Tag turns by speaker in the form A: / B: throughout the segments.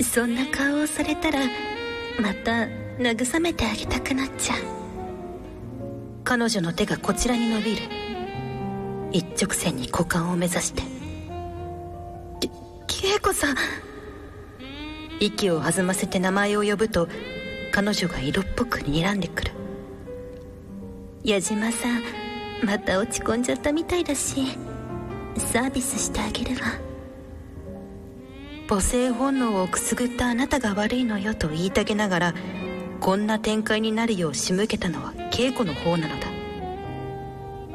A: そんな顔をされたらまた慰めてあげたくなっちゃう彼女の手がこちらに伸びる一直線に股間を目指してき恵子さん息を弾ませて名前を呼ぶと彼女が色っぽく睨んでくる矢島さんまた落ち込んじゃったみたいだしサービスしてあげるわ母性本能をくすぐったあなたが悪いのよと言いたげながらこんな展開になるよう仕向けたのは稽古の方なのだ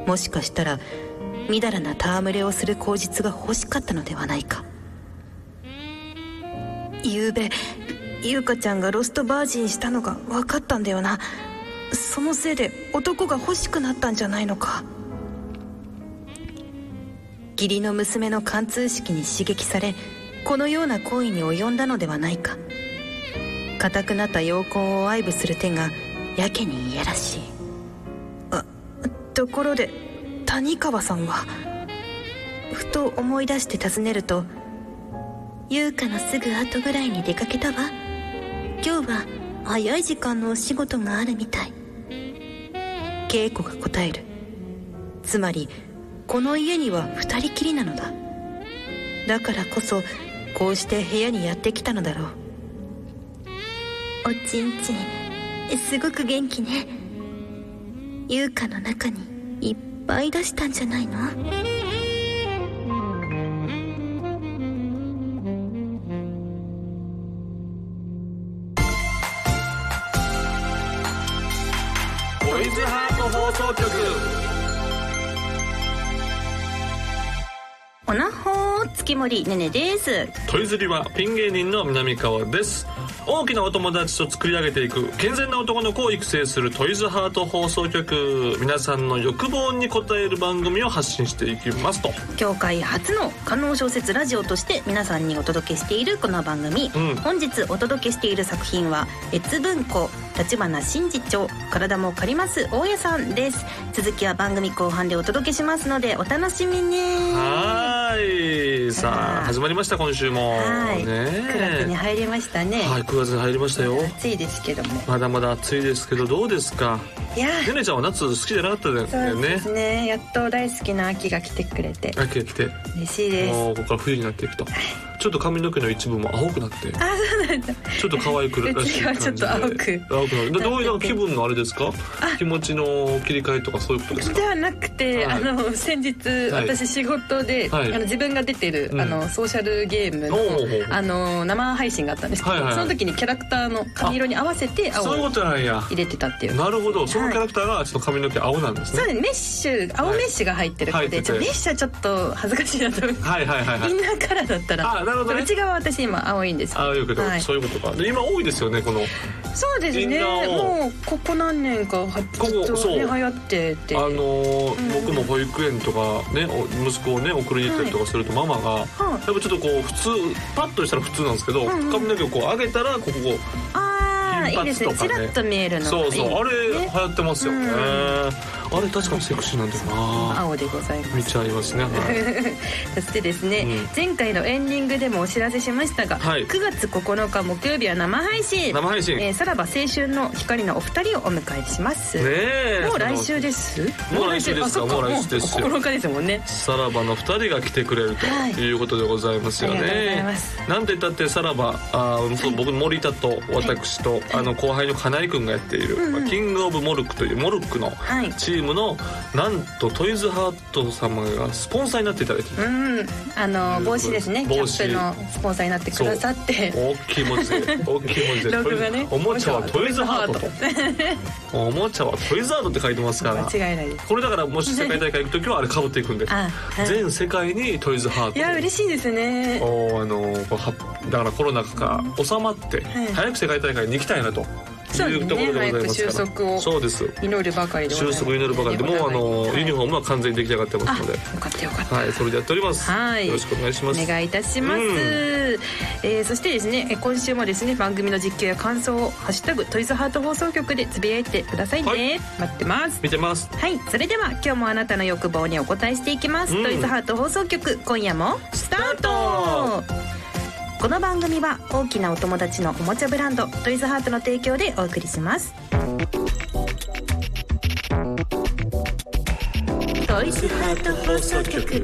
A: もしかしたらみだらな戯れをする口実が欲しかったのではないかゆうべ優香ちゃんがロストバージンしたのが分かったんだよなそのせいで男が欲しくなったんじゃないのか義理の娘の貫通式に刺激されこのような行為に及んだのではないか固くなった陽魂を愛撫する手がやけにいやらしいあところで谷川さんはふと思い出して尋ねると優香のすぐ後ぐらいに出かけたわ今日は早い時間のお仕事があるみたい稽古が答えるつまりこの家には二人きりなのだだからこそこうして部屋にやってきたのだろうおちんちんすごく元気ね優香の中にいっぱい出したんじゃないの
B: トイズハート放送局
A: おなほー月森ねねです
B: トイズリはピン芸人の南川です大きなお友達と作り上げていく健全な男の子を育成するトイズハート放送局皆さんの欲望に応える番組を発信していきますと
A: 教会初の観音小説ラジオとして皆さんにお届けしているこの番組、
B: うん
A: 本日お届けしている作品は越文庫立花真嗣町体も借ります大家さんです続きは番組後半でお届けしますのでお楽しみに
B: はーいさ
A: あー
B: あ始まりました今週も
A: はい、9月に
B: ね
A: 入りましたね、
B: えはい9月に入りましたよ
A: 暑いですけども
B: まだまだ暑いですけどどうですか
A: いや
B: ねねちゃんは夏好きじゃなかったんだ
A: そ
B: よ
A: うで
B: ね
A: すねやっと大好きな秋が来てくれて
B: 秋が来て
A: 嬉しいです
B: もうここから冬になっていくとちょっと髪の毛の一部も青くなって
A: あそうなんだ
B: ちょっと可愛くらしい感じで
A: うちがちょっと青く
B: 青くなるだどういうなんか気分のあれですか気持ちの切り替えとかそういうことですか
C: ではなくて、あ
B: はい
C: の先日、
B: はい
C: 私仕事で、
B: はい
C: あの自分が出てる、
B: うん
C: あのソーシャルゲームの
B: おうおうおう
C: あの生配信があったんですけど、
B: はいはいはい
C: その時にキャラクターの髪色に合わせて青
B: そういう
C: を
B: ことなんや
C: 入れてたっていう。
B: なるほどそのキャラクターがちょっと髪の毛青なんです
C: そう
B: ね
C: ですメッシュ青メッシュが入ってるの
B: はい
C: で、
B: 入っ
C: ち
B: てて
C: ょっとメッシュはちょっと恥ずかしいなと思って、
B: はいはいはいはい
C: インナーカラーだったら
B: あなるほどね
C: 内側は私今青いんですけど
B: ああいうこと、
C: はい
B: そういうことかで今多いですよねこの
C: そうです
B: イン
C: ね
B: ナーを
C: もうここ何年かは
B: こ
C: ずっと
B: そう
C: ね流行ってて
B: あのー僕も保育園とかねお息子をね送りに行ったりとかするとママが、やっぱちょっとこう普通パッとしたら普通なんですけど、
C: んうん
B: 髪の毛をこう上げたらここ
C: ああいいですね
B: 金髪
C: ち
B: とか
C: ら
B: ね
C: っと見えるのがいい
B: そ
C: うです
B: そ
C: ね
B: うあれ流行ってますよね、
C: うん
B: あれ確かにセクシーなんだよな
C: 青でございます
B: 見ちゃいますね、 はい、
C: そしてですね、
B: うん
C: 前回のエンディングでもお知らせしましたが、
B: はい
C: 9月9日木曜日は生配信
B: 生配信、
C: えーさらば青春の光のお二人をお迎えします、
B: ねえ
C: もう来週です
B: もう来週ですか
C: あそっか
B: もう来週ですよ
C: もう9日ですもんね
B: さらばの2人が来てくれると
C: はい
B: いうことでございますよね、
C: ありがとうございます
B: なんて言ったってさらばあーそう僕森田と私と、あの後輩の金井君がやっている、
C: うん
B: キングオブモルックというモルックの
C: はい
B: チームのなんとトイズハート様がスポンサーになっていただいてる
C: うんあの帽子ですねキャ
B: 帽子
C: ップのスポンサーになってくださって
B: 大きい文字で大きい文字で
C: ロゴがね
B: おもちゃはトイズハートとおもちゃはトイズハートって書いてますから
C: 間違いないです
B: これだからもし世界大会行く時はあれかぶっていくんで
C: あはい
B: 全世界にトイズハート
C: いや嬉しいですね
B: おあのこうはだからコロナ禍が収まって、
C: はい
B: 早く世界大会に行きたいなと
C: そうで
B: い
C: す
B: う
C: ね
B: ところでございますから
C: 早く収束を
B: そうです
C: 祈るばかりでございま
B: 収
C: す
B: 束になるばかりでもうあの、ユニフォ
C: ー
B: ームは完全に出来上がってますので
C: よかったよかった、
B: はいそれでやっております、
C: はい
B: よろしくお願いします
C: お願いいたします、
B: うん
C: えーそしてですねえー今週もですね番組の実況や感想を「ハッシュタグトイズハート放送局」でつぶやいてくださいね、
B: はい
C: 待ってます
B: 見てます
C: はいそれでは今日もあなたの欲望にお答えしていきます、
B: うん
C: トイズハート放送局今夜もスタート
A: この番組は大きなお友達のおもちゃブランドトイズハートの提供でお送りしますトイズハート放送局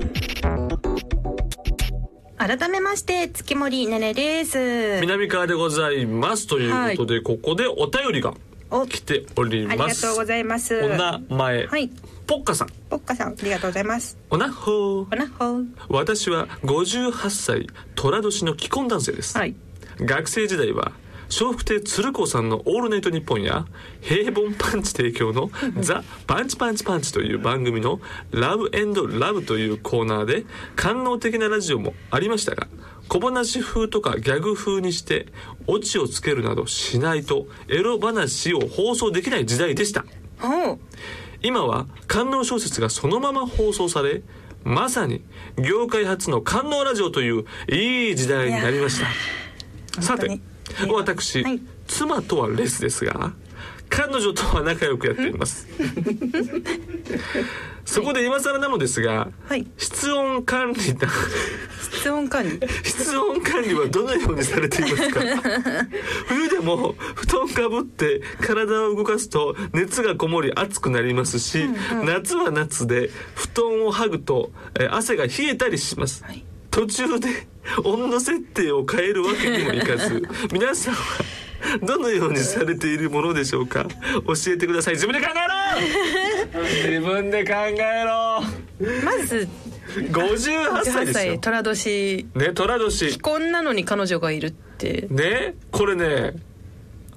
A: 改めまして月森ねねです
B: 南川でございますということで、ここでお便りが
A: お
B: 来ており
A: あり
B: ま
A: が
B: す
A: とうございます
B: お名前、
A: はい
B: ポッカさん
A: ポッカさんありがとうございます
B: おなほー
A: おなほ
B: 私は58歳寅年の既婚男性です、
A: はい
B: 学生時代は笑福亭鶴光さんの「オールナイトニッポン」や「平凡パンチ」提 供の「ザ・パンチパンチパンチ」という番組の「ラブラブ」というコーナーで官能的なラジオもありましたが小話風とかギャグ風にしてオチをつけるなどしないとエロ話を放送できない時代でした
A: ほう
B: 今は官能小説がそのまま放送されまさに業界初の官能ラジオといういい時代になりましたさて
A: 本当に
B: 私、
A: はい
B: 妻とはレスですが彼女とは仲良くやっています そこで今更なのですが、
A: はい
B: 室温管理だ
A: 室温管理
B: 室温管理はどのようにされていま すか冬でも布団かぶって体を動かすと熱がこもり暑くなりますし、夏は夏で布団を剥ぐと、えー汗が冷えたりします、
A: はい
B: 途中で温度設定を変えるわけにもい かず皆さんはどのようにされているものでしょうか教えてください自分で考 えろ自分で考えろ
A: まず
B: 58
A: 18
B: 歳です
A: 歳
B: よ
A: 寅年
B: ね寅年
A: こんなのに彼女がいるって
B: ねこれね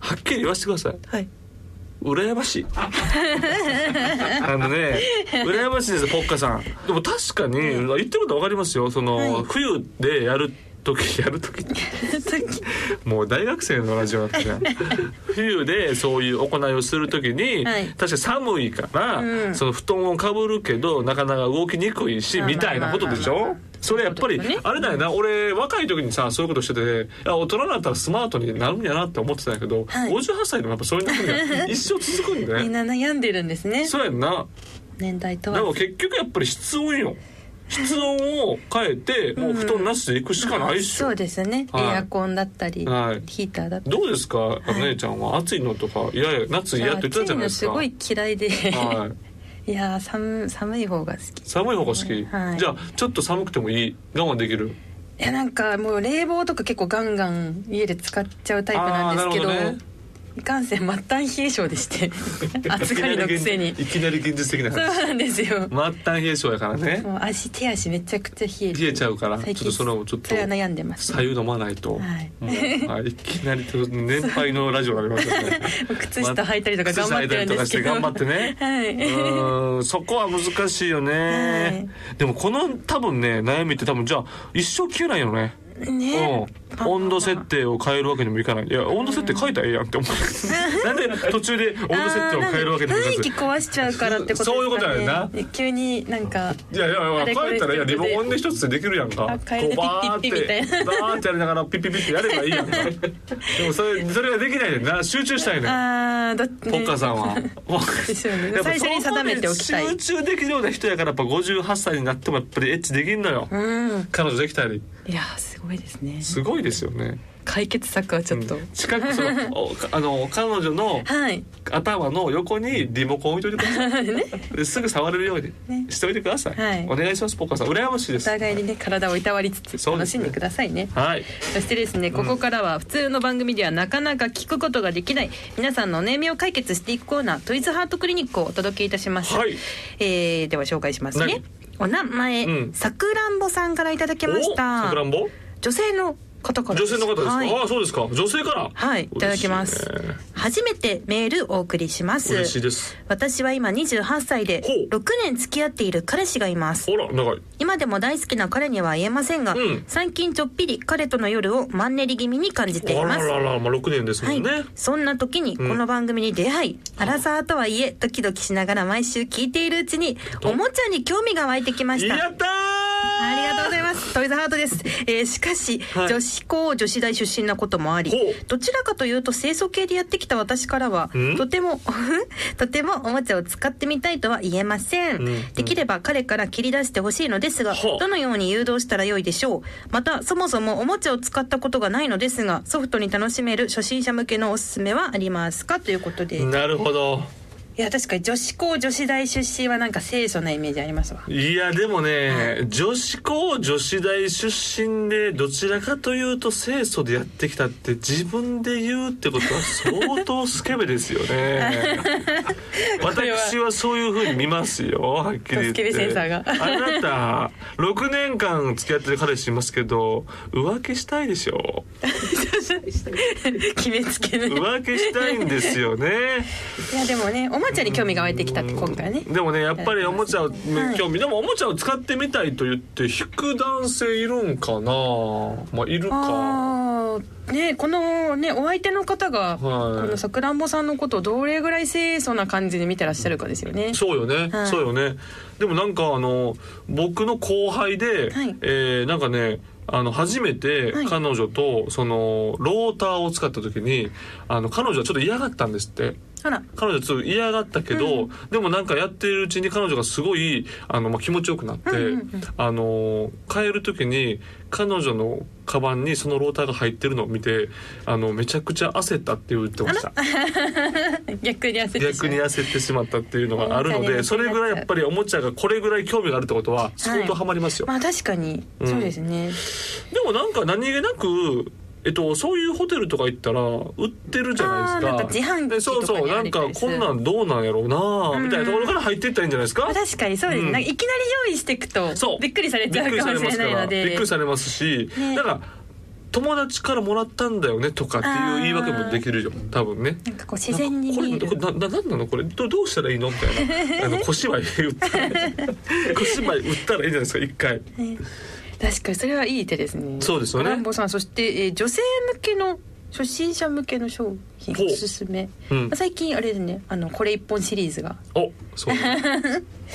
B: はっきり言わせてください
A: はい
B: 羨ま しいあのね羨ましいですポッカさんでも確かに言ってることわかりますよその、
A: はい
B: 冬でやる時やる時ってもう大学生のラジオだったじゃん 冬でそういう行いをする時に、
A: はい
B: 確かに寒いから、
A: うん
B: その布団をかぶるけどなかなか動きにくいし
A: まあまあ
B: みたいなことでし
A: まあまあ
B: ょそれやっぱり、
A: そうですよね
B: あれだよな俺若い時にさそういうことしてていや大人になったらスマートになるんやなって思ってたんやけど、
A: はい
B: 58歳でもやっぱそういうの が一生続くんだ
A: みん
B: ね
A: な悩んでるんですね
B: そうやんな
A: 年代と
B: でも
A: は
B: 結局やっぱり室温よ室温を変えてもう布団なしで行くしかないっしょ、
A: そうですねエ
B: はい
A: アコンだったりヒ
B: はい
A: ーターだったり
B: どうですか、お姉ちゃんは暑いのとかいやいや夏嫌って言ってたじゃない
A: 暑いの
B: ですか。
A: すごい嫌いで
B: は い
A: やー寒寒い方が好きい
B: 寒い方が好き、
A: はい
B: じゃあちょっと寒くてもいい我慢できる
A: やなんかもう冷房とか結構ガンガン家で使っちゃうタイプなんですけど
B: あーなるほどね
A: いかんせん末端冷え性でして 暑がりのくせに
B: いきなり現実的な
A: そう
B: 話
A: なんですよ
B: 末端冷え性やからね
A: もう足手足めちゃくちゃ冷えて
B: 冷えちゃうからちょ
A: 最
B: っ
A: 近
B: とそれをちょっと
A: それは悩んでます
B: 左右飲まないと、
A: はい
B: もうはい、いきなりと年配のラジオになりますよね
A: 靴下履いたりとか頑張ってるんですけど
B: 靴下履いたりとかして頑張っ てねう
A: はい
B: ーんそこは難しいよね、でもこの多分ね悩みって多分じゃあ一生消えないよね
A: ね
B: うん、温度設定を変えるわけにもいかないいや温度設定変えたらええやんって思うなんで途中で温度設定を変えるわけにもいか
A: あーなんか雰囲気
B: ず
A: 壊しちゃうからってことですか、ね、
B: そういうことだよな
A: 急になんか
B: いやいや
A: あ
B: い
A: れ
B: や変えたらいや
A: これ
B: リモコンで一つでできるやんか
A: あ変えて
B: こうバーって
A: ピッピッピッみたい
B: バーってやりながらピッピッピッってやればいいやんかでもそれそれができないねんな集中したいねん
A: あーどっ
B: ポッカさ んは、
A: すよね
B: やっぱ
A: 最初に定めておきたい
B: そこで集中できるような人やからやっぱ58歳になってもやっぱりエッチできんのよ、
A: うん
B: 彼女できたり
A: いやーすごいですね
B: すごいですよね
A: 解決策はちょっと、
B: 近くそのおあの彼女の
A: はい
B: 頭の横にリモコン置いといてくだ さい、ですぐ触れるように
A: ね
B: しておいてください、
A: はい
B: お願いしますポッカさん羨ましいで
A: お
B: す
A: 互いにね体をいたわりつつ
B: そうで
A: 楽
B: す
A: し
B: ね
A: んでくださいね
B: はい
A: そしてですねここからは普通の番組ではなかなか聞くことができない皆さんのお悩みを解決していくコーナー「トイズハートクリニック」をお届けいたします、
B: はい
A: えーでは紹介します
B: は
A: ね
B: い
A: お名前、
B: うん
A: さくらんぼさんからいただきまし
B: お
A: た
B: さくらんぼ
A: 女性の方から
B: 女性の方ですか、
A: はい
B: ああそうですか女性から
A: はいいただきます
B: 嬉しいね
A: 初めてメールお送りします
B: 嬉しいです
A: 私は今28歳で
B: ほう
A: 6年付き合っている彼氏がいます
B: ほら長い
A: 今でも大好きな彼には言えませんが、
B: うん
A: 最近ちょっぴり彼との夜をマンネリ気味に感じてい
B: あ
A: ま
B: ら
A: す
B: らら、まあ、6年ですも
A: はい、
B: んね、
A: そんな時にこの番組に出会い、アラサーとはいえドキドキしながら毎週聞いているうちにおもちゃに興味が湧いてきました
B: やったー
A: ありがとうございますトイズハートです、えーしかし、
B: はい
A: 女子校女子大出身なこともあり
B: ほう
A: どちらかというと清楚系でやってきた私からは
B: うん
A: とても とてもおもちゃを使ってみたいとは言えません、
B: うん
A: できれば彼から切り出してほしいのですが
B: ほう
A: どのように誘導したらよいでしょうまたそもそもおもちゃを使ったことがないのですがソフトに楽しめる初心者向けのおすすめはありますかということで、い
B: なるほど
A: や確かに女子校女子大出身はなんか清楚なイメージありますわ
B: いやでもね女子校女子大出身でどちらかというと清楚でやってきたって自分で言うってことは相当スケベですよね私はそういうふうに見ますよはっきり言っ
A: スケベ
B: て
A: センサーが
B: あなた6年間付き合ってる彼氏いますけど浮気したいでしょ
A: 決めつけね
B: 浮気したいんですよね
A: いやでもねおもちゃに興味が湧いてきたって今回ね
B: でもねやっぱりおもちゃを興味でもおもちゃを使ってみたいと言って引く男性いるんかなまあいるか
A: ああねこのねお相手の方が、この
B: は
A: さくらんぼさんのことをどれぐらい清楚な感じで見てらっしゃるかですよね
B: いそうよね、
A: はい
B: そうよねでもなんかあの僕の後輩で、
A: はい
B: えーなんかねあの初めて
A: はい
B: 彼女とそのローターを使った時にあの彼女はちょっと嫌がったんですって
A: あら
B: 彼女ちょっと嫌がったけど、
A: う
B: でもなんかやってるうちに彼女がすごいあの、まあ、気持ちよくなって、
A: うんうんうん
B: あの帰る時に彼女のカバンにそのローターが入ってるのを見てあのめちゃくちゃ焦ったって言ってました
A: 逆に焦ってしまう
B: 逆に焦ってしまったっていうのがあるので
A: おもちゃに夢中になっちゃう
B: それぐらいやっぱりおもちゃがこれぐらい興味があるってことは相当ハマりますよ、
A: まあ確かに、
B: うん
A: そうですね
B: でもなんか何気なくえっと、そういうホテルとか行ったら売ってるじゃないですか
A: あーなんか自販機とかに
B: でそうそう
A: あ
B: な
A: る
B: ん
A: みたい
B: か
A: です
B: こんなんどうなんやろうなみたいなところから入っていったらいいんじゃないですか、
A: まあ確かにそうですね、
B: うん
A: なんかいきなり用意していくと
B: そう
A: びっくりされち
B: びっ
A: ゃう
B: くり
A: かも
B: され
A: し
B: ま
A: れ
B: す
A: な
B: か
A: い
B: ら
A: ので
B: びっくりされますし、
A: ね
B: だから友達からもらったんだよねとかっていう言い訳もできるよ多分ね
A: なんかこう自然に見え
B: なんか
A: る
B: これこれなななんなのこれどどうしたらいいのみたい なあの小芝居打ったら小芝居打ったらいいじゃないですか一回
A: 確かにそれはいい手ですね
B: そうですよね
A: ランボさんそして、えー女性向けの初心者向けの商品
B: ほう
A: おすすめ、
B: うん
A: まあ最近あれですねあのこれ一本シリーズが
B: おそうね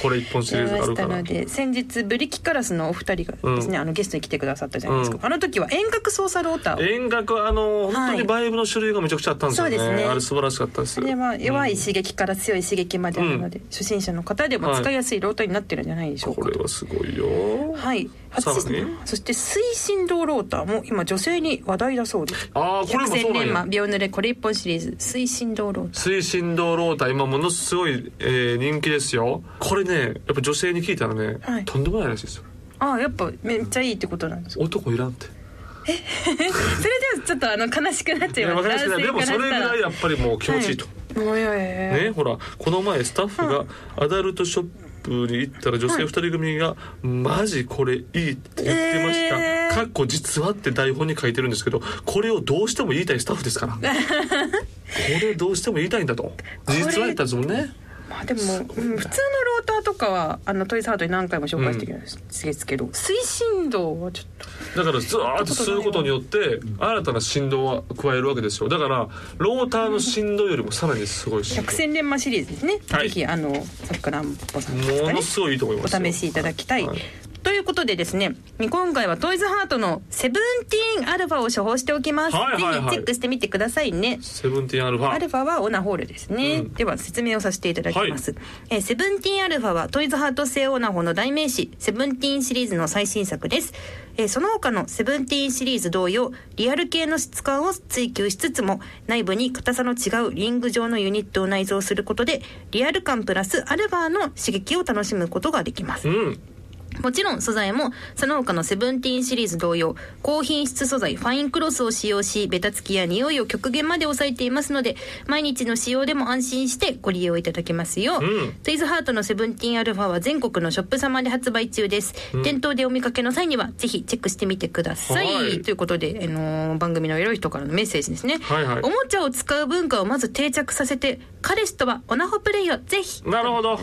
B: これ一本シ
A: 出
B: リー
A: ま
B: ズある
A: し
B: か
A: た
B: ら
A: ので先日ブリキカラスのお二人がですね、
B: うん
A: あのゲストに来てくださったじゃないですか、
B: うん
A: あの時は遠隔操作ローターを
B: 遠隔あの本当
A: はい
B: にバイブの種類がめちゃくちゃあったんですよね,、
A: そうですね
B: あれ素晴らしかったです
A: それは弱い
B: うん
A: 刺激から強い刺激まであるので、初心者の方でも使いやすいローターになってるんじゃないでしょうか
B: これはすごいよ
A: はい、
B: さらに
A: 初そして推進道ローターも今女性に話題だそうです
B: ああこれ
A: 百戦
B: もそ
A: 錬
B: うなんや
A: 磨秒濡れこれ一本シリーズ推進道ロータ
B: 推進道ローター今ものすごい、えー人気ですよこれねやっぱ女性に聞いたらね、
A: はい
B: とんでもないらしいですよ
A: ーああやっぱめっちゃいいってことなんですか
B: 男いらんって
A: それではちょっとあの悲しくなっちゃいま
B: わ
A: す
B: かりますけどでもそれぐらいやっぱりもう気持ちいいと、
A: もういやいやいや
B: ねほらこの前スタッフがアダルトショップに行ったら女性2人組が「マジこれいい」って言ってました、
A: えー
B: かっこ実はって台本に書いてるんですけどこれをどうしても言いたいスタッフで すからこれどうしても言いたいんだと実は言ったんですもんね
A: まあでも、うん普通のローターとかはあのトイズハートに何回も紹介してきたんですけど、推進道はちょっと
B: だからずーっと吸うことによって新たな振動を加えるわけですよだからローターの振動よりもさらにすごい振
A: 百
B: 動
A: 戦錬磨シリーズですね、
B: はい
A: ぜひあのさくらんぼさんです
B: も
A: かね
B: のすごいいいと思い
A: お
B: ますよ
A: 試しいただきたい。
B: はい
A: ということでですね今回はトイズハートのセブンティーンアルファを処方しておきます、
B: はいはいはい
A: ぜひチェックしてみてくださいね
B: セブンティーンアルフ
A: アル
B: ァ
A: ファはオナホールですね、
B: うん
A: では説明をさせていただきます、えーセブンティーンアルファはトイズハート製オナホの代名詞セブンティーンシリーズの最新作です、えーその他のセブンティーンシリーズ同様リアル系の質感を追求しつつも内部に硬さの違うリング状のユニットを内蔵することでリアル感プラスアルファの刺激を楽しむことができます
B: うん
A: もちろん素材もその他のセブンティーンシリーズ同様高品質素材ファインクロスを使用しベタつきや匂いを極限まで抑えていますので毎日の使用でも安心してご利用いただけますよ、
B: うん
A: トイズハートのセブンティーンアルファは全国のショップ様で発売中です、店頭でお見かけの際にはぜひチェックしてみてください、
B: はい
A: ということで、あのー番組のエロい人からのメッセージですね、
B: はいはい
A: おもちゃを使う文化をまず定着させて彼氏とはオナホプレイをぜひ
B: なるほど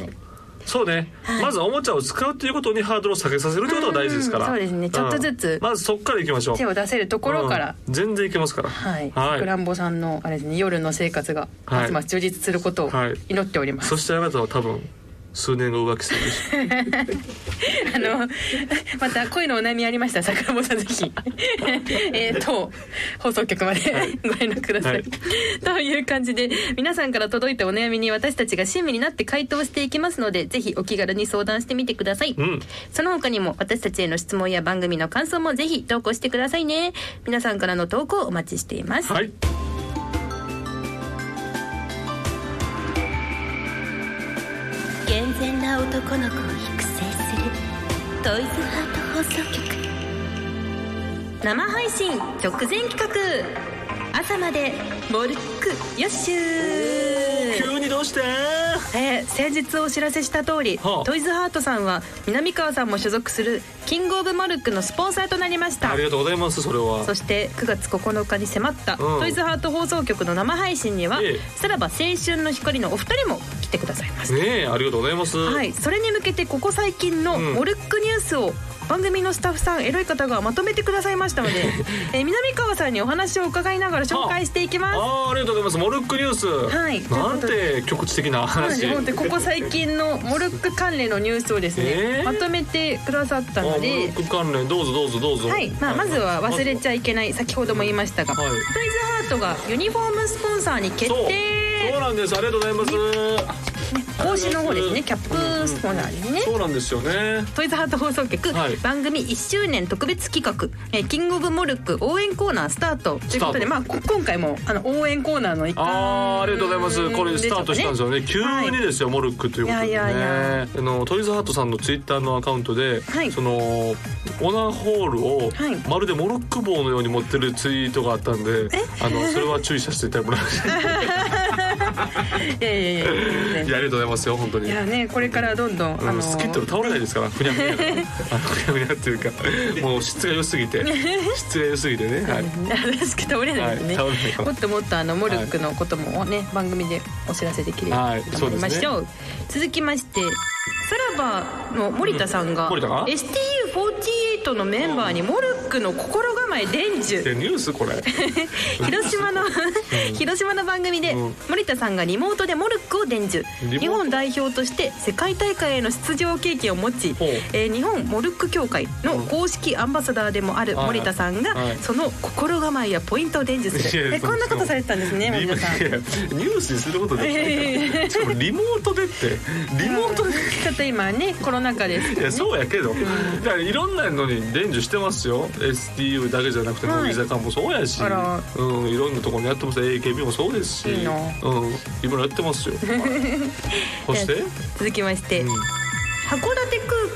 B: そうね、まずおもちゃを使うということにハードルを下げさせるということが大事ですから、
A: うんそうですねちょっとずつ
B: うんまずそこからいきましょう
A: 手を出せるところから、
B: うん全然いけますから
A: はい、さくらんぼさんのあれですね夜の生活が
B: はい
A: ますます充実することを
B: はい
A: 祈っております。
B: そしてあなたは多分数年後浮気するでしょ
A: あの また恋のお悩みありましたら桜庭さんぜ ひえー当放送局まで
B: はい
A: ご連絡ください、
B: はい
A: という感じで皆さんから届いたお悩みに私たちが親身になって回答していきますのでぜひお気軽に相談してみてください、
B: うん
A: その他にも私たちへの質問や番組の感想もぜひ投稿してくださいね皆さんからの投稿お待ちしています、
B: はい
D: 健全な男の子を育成するトイズハート放送局
A: 生配信直前企画朝までモルックよっしゅー
B: 急にどうして
A: えー先日お知らせした通り、
B: はあ
A: トイズハートさんは南川さんも所属するキングオブモルックのスポンサーとなりました
B: ありがとうございますそれは
A: そして9月9日に迫った、
B: うん
A: トイズハート放送局の生配信には、
B: ええ
A: さらば青春の光のお二人も来てくださいました、
B: ねえありがとうございます
A: はい、それに向けてここ最近の
B: うん
A: モルックニュースを番組のスタッフさんエロい方がまとめてくださいましたので、 えー南川さんにお話を伺いながら紹介していきます
B: あーありがとうございますモルックニュース、
A: はい
B: なんて局地的な
A: そうなん
B: 話
A: です本当にここ最近のモルック関連のニュースをですね、
B: えー
A: まとめてくださった
B: あモ
A: の
B: ル
A: で
B: ック関連どうぞどうぞどうぞ
A: はい、まあ、まずは忘れち
B: ゃ
A: ゃいけない先ほども言いましたが、
B: はい
A: トイズハートがユニフォームスポンサーに決
B: そう
A: 定
B: そうなんですありがとうございます
A: 帽子の方ですねキャップスポンサーですね、
B: そうなんですよね
A: トイズハート放送局、
B: はい
A: 番組1周年特別企画「えーキングオブモルック応援コーナースタート」ということ
B: スター
A: で、
B: ト
A: まあ、こ今回もあの応援コーナーの一環
B: あーありがとうございますこれスタートしたんですよね
A: でし
B: 急
A: ょうかね
B: にですよ、モルックということでね
A: いやいやいや
B: あのトイズハートさんのツイッターのアカウントで、
A: はい
B: そのオナホールを、
A: はい
B: まるでモルック棒のように持ってるツイートがあったんであのそれは注意させていただきま したい
A: いやいやいやいやいやい
B: やありがとうございますよ本当に
A: やいやねこれからどんどん、
B: うん、スキットル倒れないですからふにゃふにゃあのふにゃふにゃっていうか もう質が良すぎて質が良すぎてねはい
A: しく倒れないですね、
B: はい倒れないかも
A: もっともっとあのモルックのこともね、番組でお知らせできるよ
B: はいう
A: に頑張りましょう,、続きましてさらばの森田さんが,、
B: うん森田が
A: STU48 のメンバーにモルックの心構え伝授
B: でニュースこれ
A: 広島の広島の番組で
B: うん
A: 森田さんがリモートでモルックを伝授
B: リモート
A: 日本代表として世界大会への出場経験を持ち
B: ほう、
A: えー日本モルック協会の公式アンバサダーでもある
B: はい
A: 森田さんが
B: はい
A: その心構えやポイントを伝授す
B: いやい
A: る
B: や
A: えこんなことされてたんですね
B: リ
A: 森
B: モ
A: 田さん
B: い。やニュースにすることできない からしかもリモートでってリモートで
A: ちょっと今ねコロナ禍です
B: いやそうやけどだからいろんなのに伝授してますよ STU だけじゃなくて
A: はい
B: 乃木坂もそうやし、
A: あら
B: うん、いろんなところにやってます AKB もそうですし
A: いいな
B: うん、いろいろやってま すよはいそして、
A: 続きまして、
B: うん
A: 函館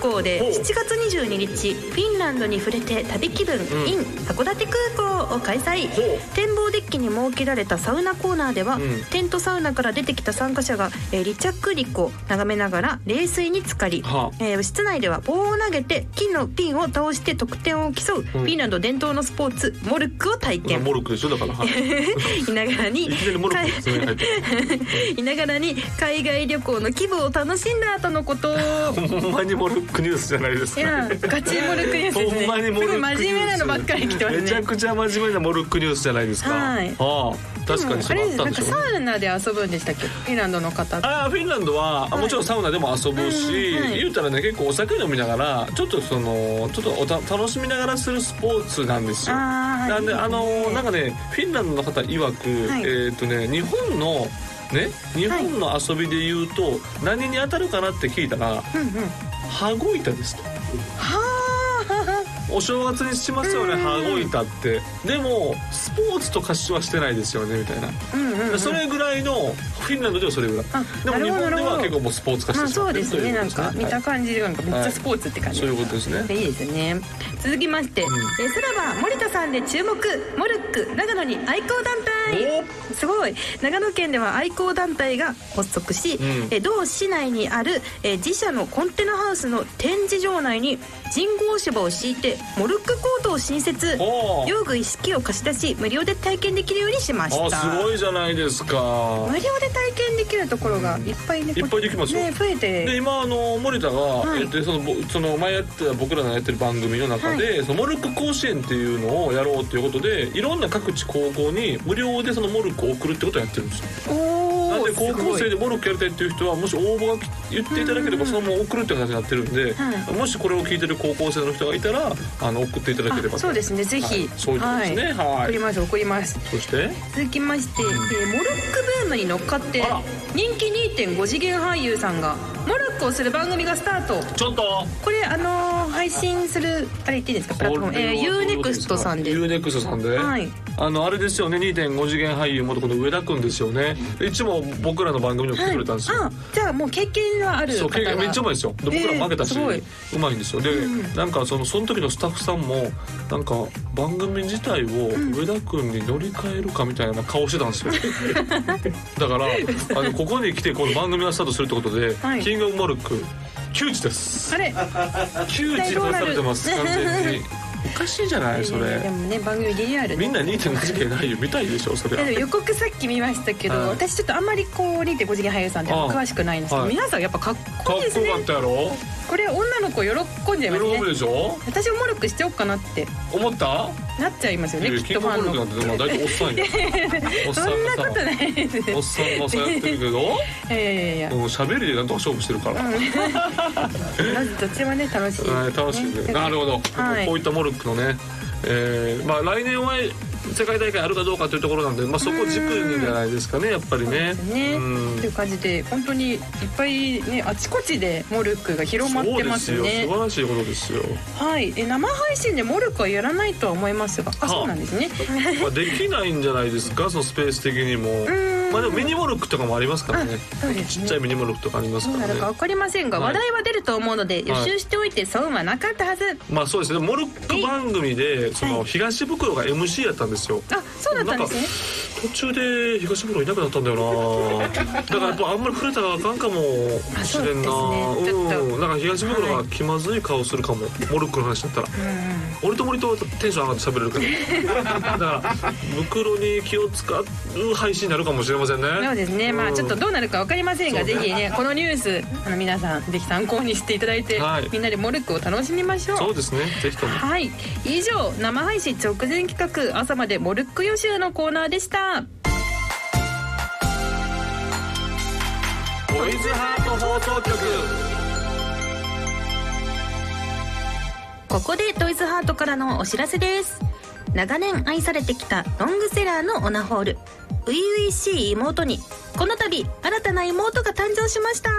A: 空港で
B: ほう
A: 7月22日フィンランドに触れて旅気分 in、函館空港を開催
B: ほう
A: 展望デッキに設けられたサウナコーナーでは、
B: うん
A: テントサウナから出てきた参加者が、えー、離着陸を眺めながら冷水に浸かり、
B: はあ
A: えー室内では棒を投げて金のピンを倒して得点を競う、フィンランド伝統のスポーツモルックを体験
B: モルックでしょだから、はい、い
A: いながらに
B: きなりモルックですね入って
A: いながらに海外旅行の気分を楽しんだ後のこと
B: ほんまにモルックニュースじゃないです
A: い
B: か、
A: や
B: ね。
A: ガチモルックニュースですね
B: ほんまにモルックニュース
A: すごい真面目なのばっかり来てますね
B: めちゃくちゃ真面目なモルックニュースじゃないですか。
A: はい
B: ああ、確かにそ
A: あ
B: う
A: れで
B: あっ
A: す
B: た
A: なんんか
B: でしょう
A: サ
B: ね。
A: ウナで遊ぶんでしたっけフィンランドの方
B: ああフィンランドは、あもちろんサウナでも遊ぶし、
A: はい
B: 言うたらね結構お酒飲みながらちょっとそのちょっとおた楽しみながらするスポーツなんですよ。
A: あー
B: なん
A: いいで
B: で
A: すね
B: あのーなんかねフィンランドの方曰く、
A: はい
B: えーっ、とね日本のね日本の遊びで言うと、何に当たるかなって聞いたら
A: うんうん
B: 羽子板ですと。
A: は
B: お正月にしますよね
A: うん
B: 羽子板ってでもスポーツとかしはしてないですよねみたいな、
A: あうんうんうん
B: それぐらいのフィンランドではそれぐらい
A: あ
B: でも
A: なるほどな
B: 日本で
A: るほ
B: は
A: ど
B: 結構もうスポーツ化し
A: まあ
B: てしま
A: そう
B: って
A: で
B: る
A: す
B: とい
A: ね
B: う
A: な
B: こ
A: ん
B: と
A: か見た感じなんかめっちゃスポーツって感じ
B: そういうことですね
A: でいいですね続きまして、えさらば森田さんで注目モルック長野に愛好団体すごい長野県では愛好団体が発足し、
B: ん
A: え同市内にあるえ自社のコンテナハウスの展示場内に人工芝を敷いてモルックコートを新設
B: おー
A: 用具一式を貸し出し無料で体験できるようにしました
B: あすごいじゃないですか
A: 無料で体験できるところがいっぱいね、
B: いっぱいできますよ
A: ね増えて
B: で今あの森田が、
A: い
B: えっとそのぼその前やってた僕らのやってる番組の中で、そのモルック甲子園っていうのをやろうっていうことでいろんな各地高校に無料でそのモルックを送るってことをやってるんですよ
A: お
B: なんで高校生でモロッコやりたいっていう人はもし応募が来言っていただければそのまま送るって形になってるんで、
A: は
B: もしこれを聞いてる高校生の人がいたらあの送っていただければ
A: あ
B: と
A: そうですねぜひ、
B: はいそういうことですねは
A: 送
B: い
A: ります送ります
B: そして
A: 続きまして、えーモロックブームに乗っかって
B: あら
A: 人気2.5次元俳優さんがモロッコをする番組がスタート
B: ちょっと
A: これあのー配信するあれ言っていいですかプラットフォーム、えー、UNEXT さんで
B: UNEXT さんで、
A: はい
B: あのあれですよね2.5次元俳優元この上田君ですよねいつも僕らの番組にも来てくれたんですよ、
A: はい、あじゃあもう経験がある
B: そ
A: 方
B: う経
A: が
B: 験めっちゃうまいですよで
A: えー
B: 僕ら負けたし、
A: すごいう
B: まいんですよで、なんかそのその時のスタッフさんもなんか番組自体を上田君に乗り換えるかみたいな顔してたんで すよ、だからあのここに来てこの番組がスタートするってことで「
A: はい
B: キングオブモルック」窮地です
A: あれ
B: 窮地とされてます完全 におかしいじゃないそ
A: で
B: れ
A: もね番組リアルで
B: みんな2.5次元俳優見たいでしょそれ
A: いやでも予告さっき見ましたけど、
B: はい
A: 私ちょっとあんまりこう2.5次元俳優さんって
B: ああ
A: 詳しくないんですけど、
B: はい
A: 皆さんやっぱかっ
B: か
A: こ
B: っ
A: いいです
B: こよか
A: ね
B: ったやろ
A: これ女の子喜んじゃいます
B: 喜ぶ
A: ね
B: でしょ
A: 私もモルックしておっかなって
B: 思った
A: なっちゃいますよ
B: い
A: ね
B: やいや
A: き
B: キ
A: っ
B: ン
A: と
B: グオ
A: フ
B: ブ
A: ァ
B: モ
A: ン
B: ルックな
A: の
B: んてでも大体おっさんやお っ
A: そ
B: さん
A: んなこ
B: が
A: と
B: さ
A: ないです
B: おっさんがさやってるけど
A: いやいや いや
B: もう喋りでなんとか勝負してるから、
A: まずどっちもね楽しい、
B: はい、楽しいね
A: ね
B: なるほど、
A: はい
B: こういったモルックのね、えーまあ、来年は世界大会あるかどうかというところなんで、まあ、そこを軸にじゃないですかねやっぱりね
A: ね、
B: うん
A: という感じで本当にいっぱいねあちこちでモルックが広まっ
B: そう
A: て
B: で
A: ますす
B: よ素
A: ね
B: 晴らしいことですよ、
A: はいえ生配信でモルックはやらないとは思いますがあ
B: あ
A: そうなんですね
B: まあ、できないんじゃないですかそのスペース的にも
A: ん
B: まあでもミニモルックとかもありますからね
A: あそうですね
B: ちっちゃいミニモルックとかあります
A: どう
B: か
A: なる
B: らね
A: か分かりませんが、
B: はい
A: 話題は出ると思うので予
B: はい
A: 習しておいて損はなかったはず、
B: まあそうですねモルック番組でそ
A: は
B: の
A: い
B: 東袋が MC やったんですよ
A: あそうだったんですね
B: 途中で東袋いなくなったんだよなだからやっぱあんまり触れたらあかんかもしれんな
A: あそう
B: う,、
A: ですねちょっと
B: んなんか東袋が気まずい顔するかも、モルックの話だったら俺と森とテンション上がって喋れる からだから袋に気を使う配信になるかもしれませんね
A: そうですね、まあ
B: うん
A: ちょっとどうなるか分かりませんが、
B: そう
A: ぜ
B: ね
A: ひねこのニュースあの皆さんぜひ参考にしていただいて、
B: はい
A: みんなでモルックを楽しみましょ
B: そうですねぜひ とも
A: はい以上生配信直前企画朝までモルック予習のコーナーでした
B: ボイズハート放送局
A: ここでトイズハートからのお知らせです長年愛されてきたロングセラーのオナホール初々しい妹にこの度新たな妹が誕生しました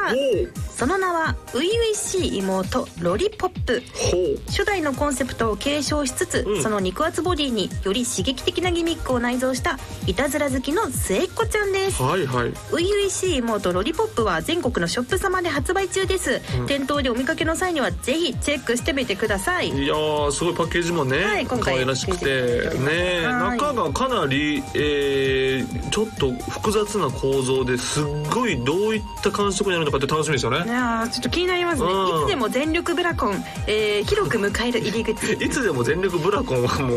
A: その名は初々しい妹ロリポップ
B: ほう
A: 初代のコンセプトを継承しつつ、
B: うん
A: その肉厚ボディにより刺激的なギミックを内蔵したいたずら好きの末っ子ちゃんです
B: はいはい
A: 初々しい妹ロリポップは全国のショップ様で発売中です、
B: うん
A: 店頭でお見かけの際にはぜひチェックしてみてください
B: いやーすごいパッケージもね、
A: はい今回
B: 可愛らしくて
A: 作って
B: ね
A: はい
B: 中がかなり、えー、ちょっと複雑な構造ですっごいどういった感触になるのかって楽しみですよ
A: い
B: ね
A: やーちょっと気になりますね
B: うん
A: いつでも全力ブラコン、えー広く迎える入り口
B: いつでも全力ブラコンはも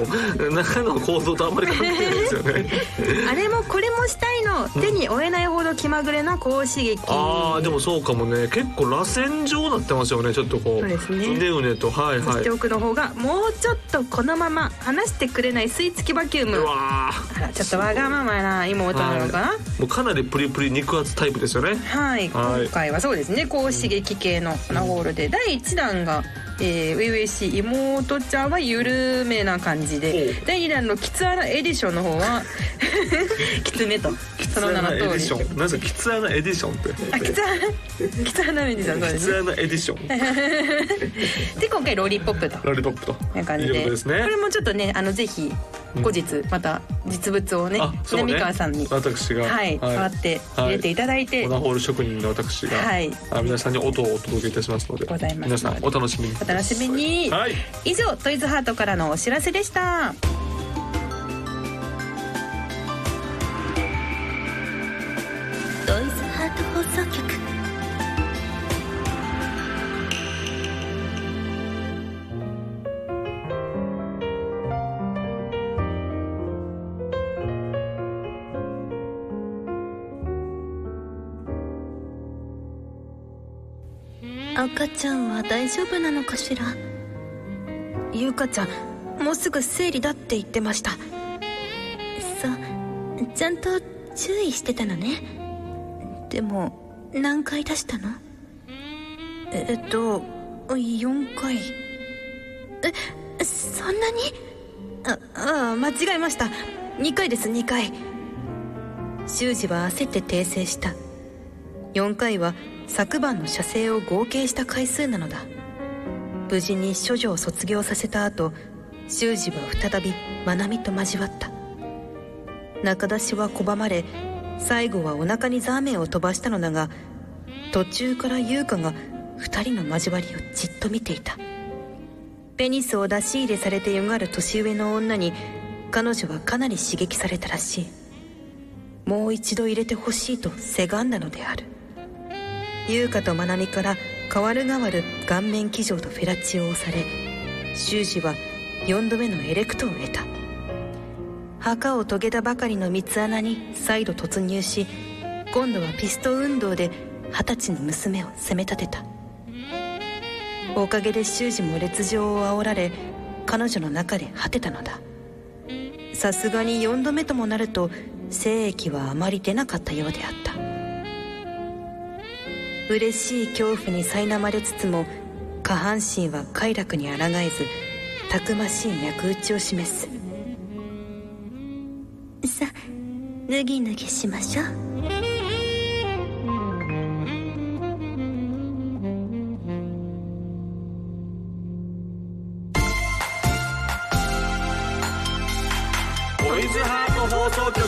B: う中の構造とあんまり関係ないですよね
A: あれもこれもしたいの手に負えないほど気まぐれな高刺激
B: あーでもそうかもね結構螺旋状になってますよねちょっとこう
A: そうですね
B: ねうねとはい
A: そ
B: は
A: し
B: い
A: て奥の方がもうちょっとこのまま離してくれない吸い付きバキューム
B: うわー
A: あらちょっとわがままな妹なのかな
B: はいもうかなりプリプリ肉厚タイプですよね
A: はい、
B: は
A: 今
B: い
A: 回はそうですね高刺激系のオナホールで、第1弾がえー初々、しい妹ちゃんは緩めな感じ
B: お
A: で
B: う
A: 第2弾のキツアラエディションの方は キツネとその名の
B: エディ
A: 通
B: シ
A: り
B: ョンなんすかキツアナエディションって
A: あキツアラ キツアラエディションそうで
B: キ
A: す
B: ツ
A: ね
B: アナエディション
A: で今回ロリポップと
B: ロリポップと
A: いう感じ
B: いうこ
A: で
B: とですね
A: これもちょっとねあのぜひ後日また実物をね
B: あそうね
A: 南川さんに
B: 私が
A: はい代わって入れていただいて、
B: オナホール職人の私が、
A: はい
B: あ皆さんに音をお届けいたしますので
A: ございます
B: 皆さんお楽しみに
A: お楽しみに、
B: はい
A: 以上トイズハートからのお知らせでした
D: ドイツハート放送局赤ちゃんは大丈夫なのかしらゆかちゃんもうすぐ生理だって言ってましたそうちゃんと注意してたのねでも何回出したのええっと4回えそんなにあああ間違えました2回です2回修二は焦って訂正した4回は昨晩の射精を合計した回数なのだ無事に処女を卒業させた後修二は再び愛美と交わった中出しは拒まれ最後はお腹にザーメンを飛ばしたのだが途中から優香が2人の交わりをじっと見ていたペニスを出し入れされてよがる年上の女に彼女はかなり刺激されたらしいもう一度入れてほしいとせがんだのである優香と愛美から変わる変わる顔面騎乗とフェラチオを押され修士は4度目のエレクトを得た墓を遂げたばかりの三つ穴に再度突入し今度はピスト運動で二十歳の娘を責め立てたおかげで修士も劣情を煽られ彼女の中で果てたのださすがに4度目ともなると精液はあまり出なかったようであった嬉しい恐怖に苛まれつつも下半身は快楽に抗えずたくましい脈打ちを示すさ脱ぎ脱ぎしましょう
B: トイズハート放送局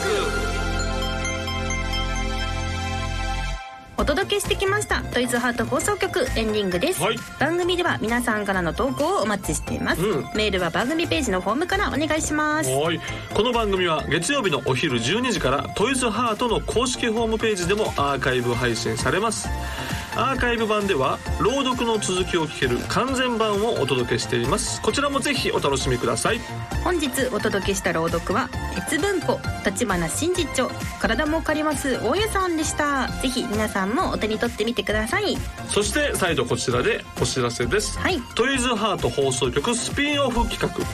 A: お届けしてきましたトイズハート放送局エンディングです、
B: はい
A: 番組では皆さんからの投稿をお待ちしています、
B: うん
A: メールは番組ページのフォームからお願いします
B: はいこの番組は月曜日のお昼12時からトイズハートの公式ホームページでもアーカイブ配信されますアーカイブ版では朗読の続きを聞ける完全版をお届けしていますこちらもぜひお楽しみください
A: 本日お届けした朗読は鉄文庫立花真実著体も借ります大家さんでしたぜひ皆さんもお手に取ってみてください
B: そして再度こちらでお知らせです、
A: はい
B: トイズハート放送局スピンオフ企画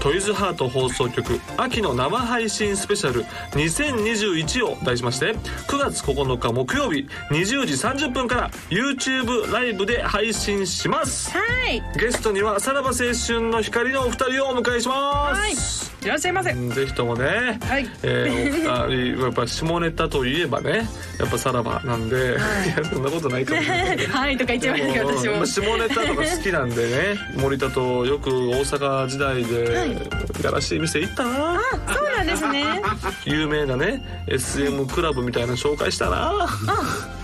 B: トイズハート放送局秋の生配信スペシャル2021を題しまして9月9日木曜日20時30分から YouTube ライブで配信します
A: はい
B: ゲストにはさらば青春の光のお二人をお迎えします、
A: いらっしゃいませ
B: ぜひともね、
A: はい
B: えーお二人やっぱ下ネタといえばねやっぱさらばなんで、い、や そんなことないかもしれな い
A: はいとか 言っちゃいましたけど私
B: も
A: も
B: う下ネタとか好きなん でね森田とよく大阪時代
A: い
B: でやらしい店行ったな
A: そうなんですね
B: 有名なね SM クラブみたいなの紹介したなは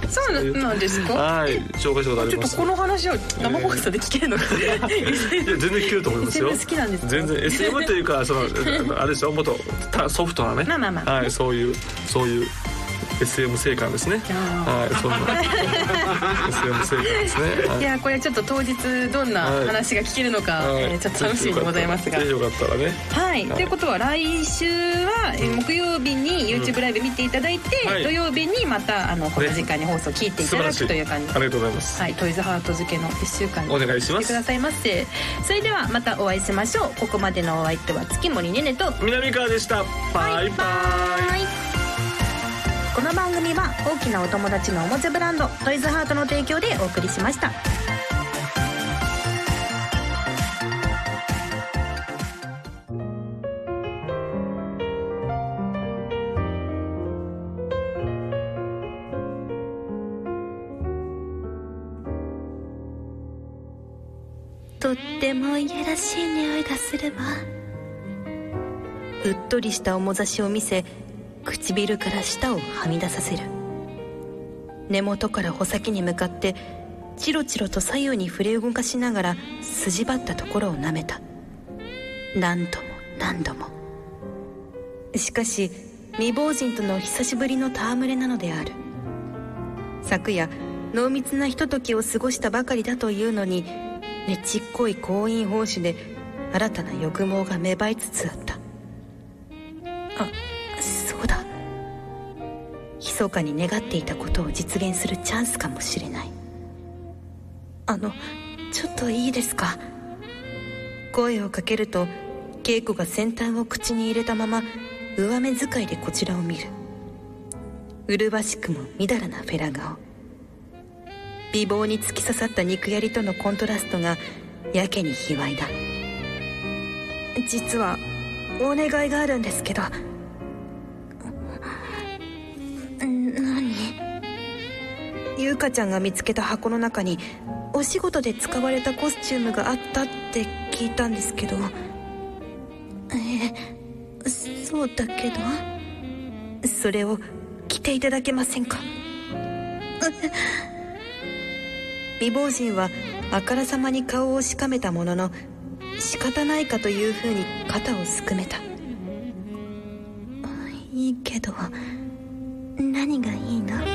A: そうなんですか
B: い紹介したことあ
A: ちょっ
B: りま
A: と
B: す
A: この話を生放送で聞けるのか、
B: いや全然聞けると思いますよ
A: SM 好きなんですか
B: 全然 SM という かそのああれでしょもっとたソフトなね
A: まあまあまあ
B: はいそういうそういう SM 性感ですねはいそん な SM 性感ですねはい
A: いやこれちょっと当日どんな話が聞けるのか、
B: はい
A: えーちょっと楽しみでございますが
B: ぜひよかったらね
A: はい、
B: はい
A: ということは来週はえー木曜日に YouTube ライブ見ていただいて、
B: はい
A: 土曜日にまたあのこの時間に放送聞いていた
B: 素晴
A: だ
B: らしい
A: くという感じ
B: ありがとうございます、
A: はい、トイズハート漬けの1週間
B: お願いします
A: 来てくださいませそれではまたお会いしましょうここまでのお相手は月森ねねと
B: 南川でしたバイバイ
A: この番組は大きなお友達のおもちゃブランドトイズハートの提供でお送りしました
D: とってもいやらしい匂いがするわうっとりした面差しを見せ唇から舌をはみ出させる根元から穂先に向かってチロチロと左右に触れ動かしながら筋張ったところを舐めた何度も何度もしかし未亡人との久しぶりの戯れなのである昨夜濃密なひとときを過ごしたばかりだというのにねちっこい婚姻奉仕で新たな欲望が芽生えつつあったあそうだ密かに願っていたことを実現するチャンスかもしれないあのちょっといいですか声をかけると恵子が先端を口に入れたまま上目遣いでこちらを見る麗しくもみだらなフェラ顔美貌に突き刺さった肉槍とのコントラストがやけに卑猥だ
A: 実はお願いがあるんですけど
D: 何
A: 優香ちゃんが見つけた箱の中にお仕事で使われたコスチュームがあったって聞いたんですけど
D: えー、そうだけど
A: それを着ていただけませ んか
D: 未亡人はあからさまに顔をしかめたものの仕方ないかというふうに肩をすくめた
A: いいけど何がいいの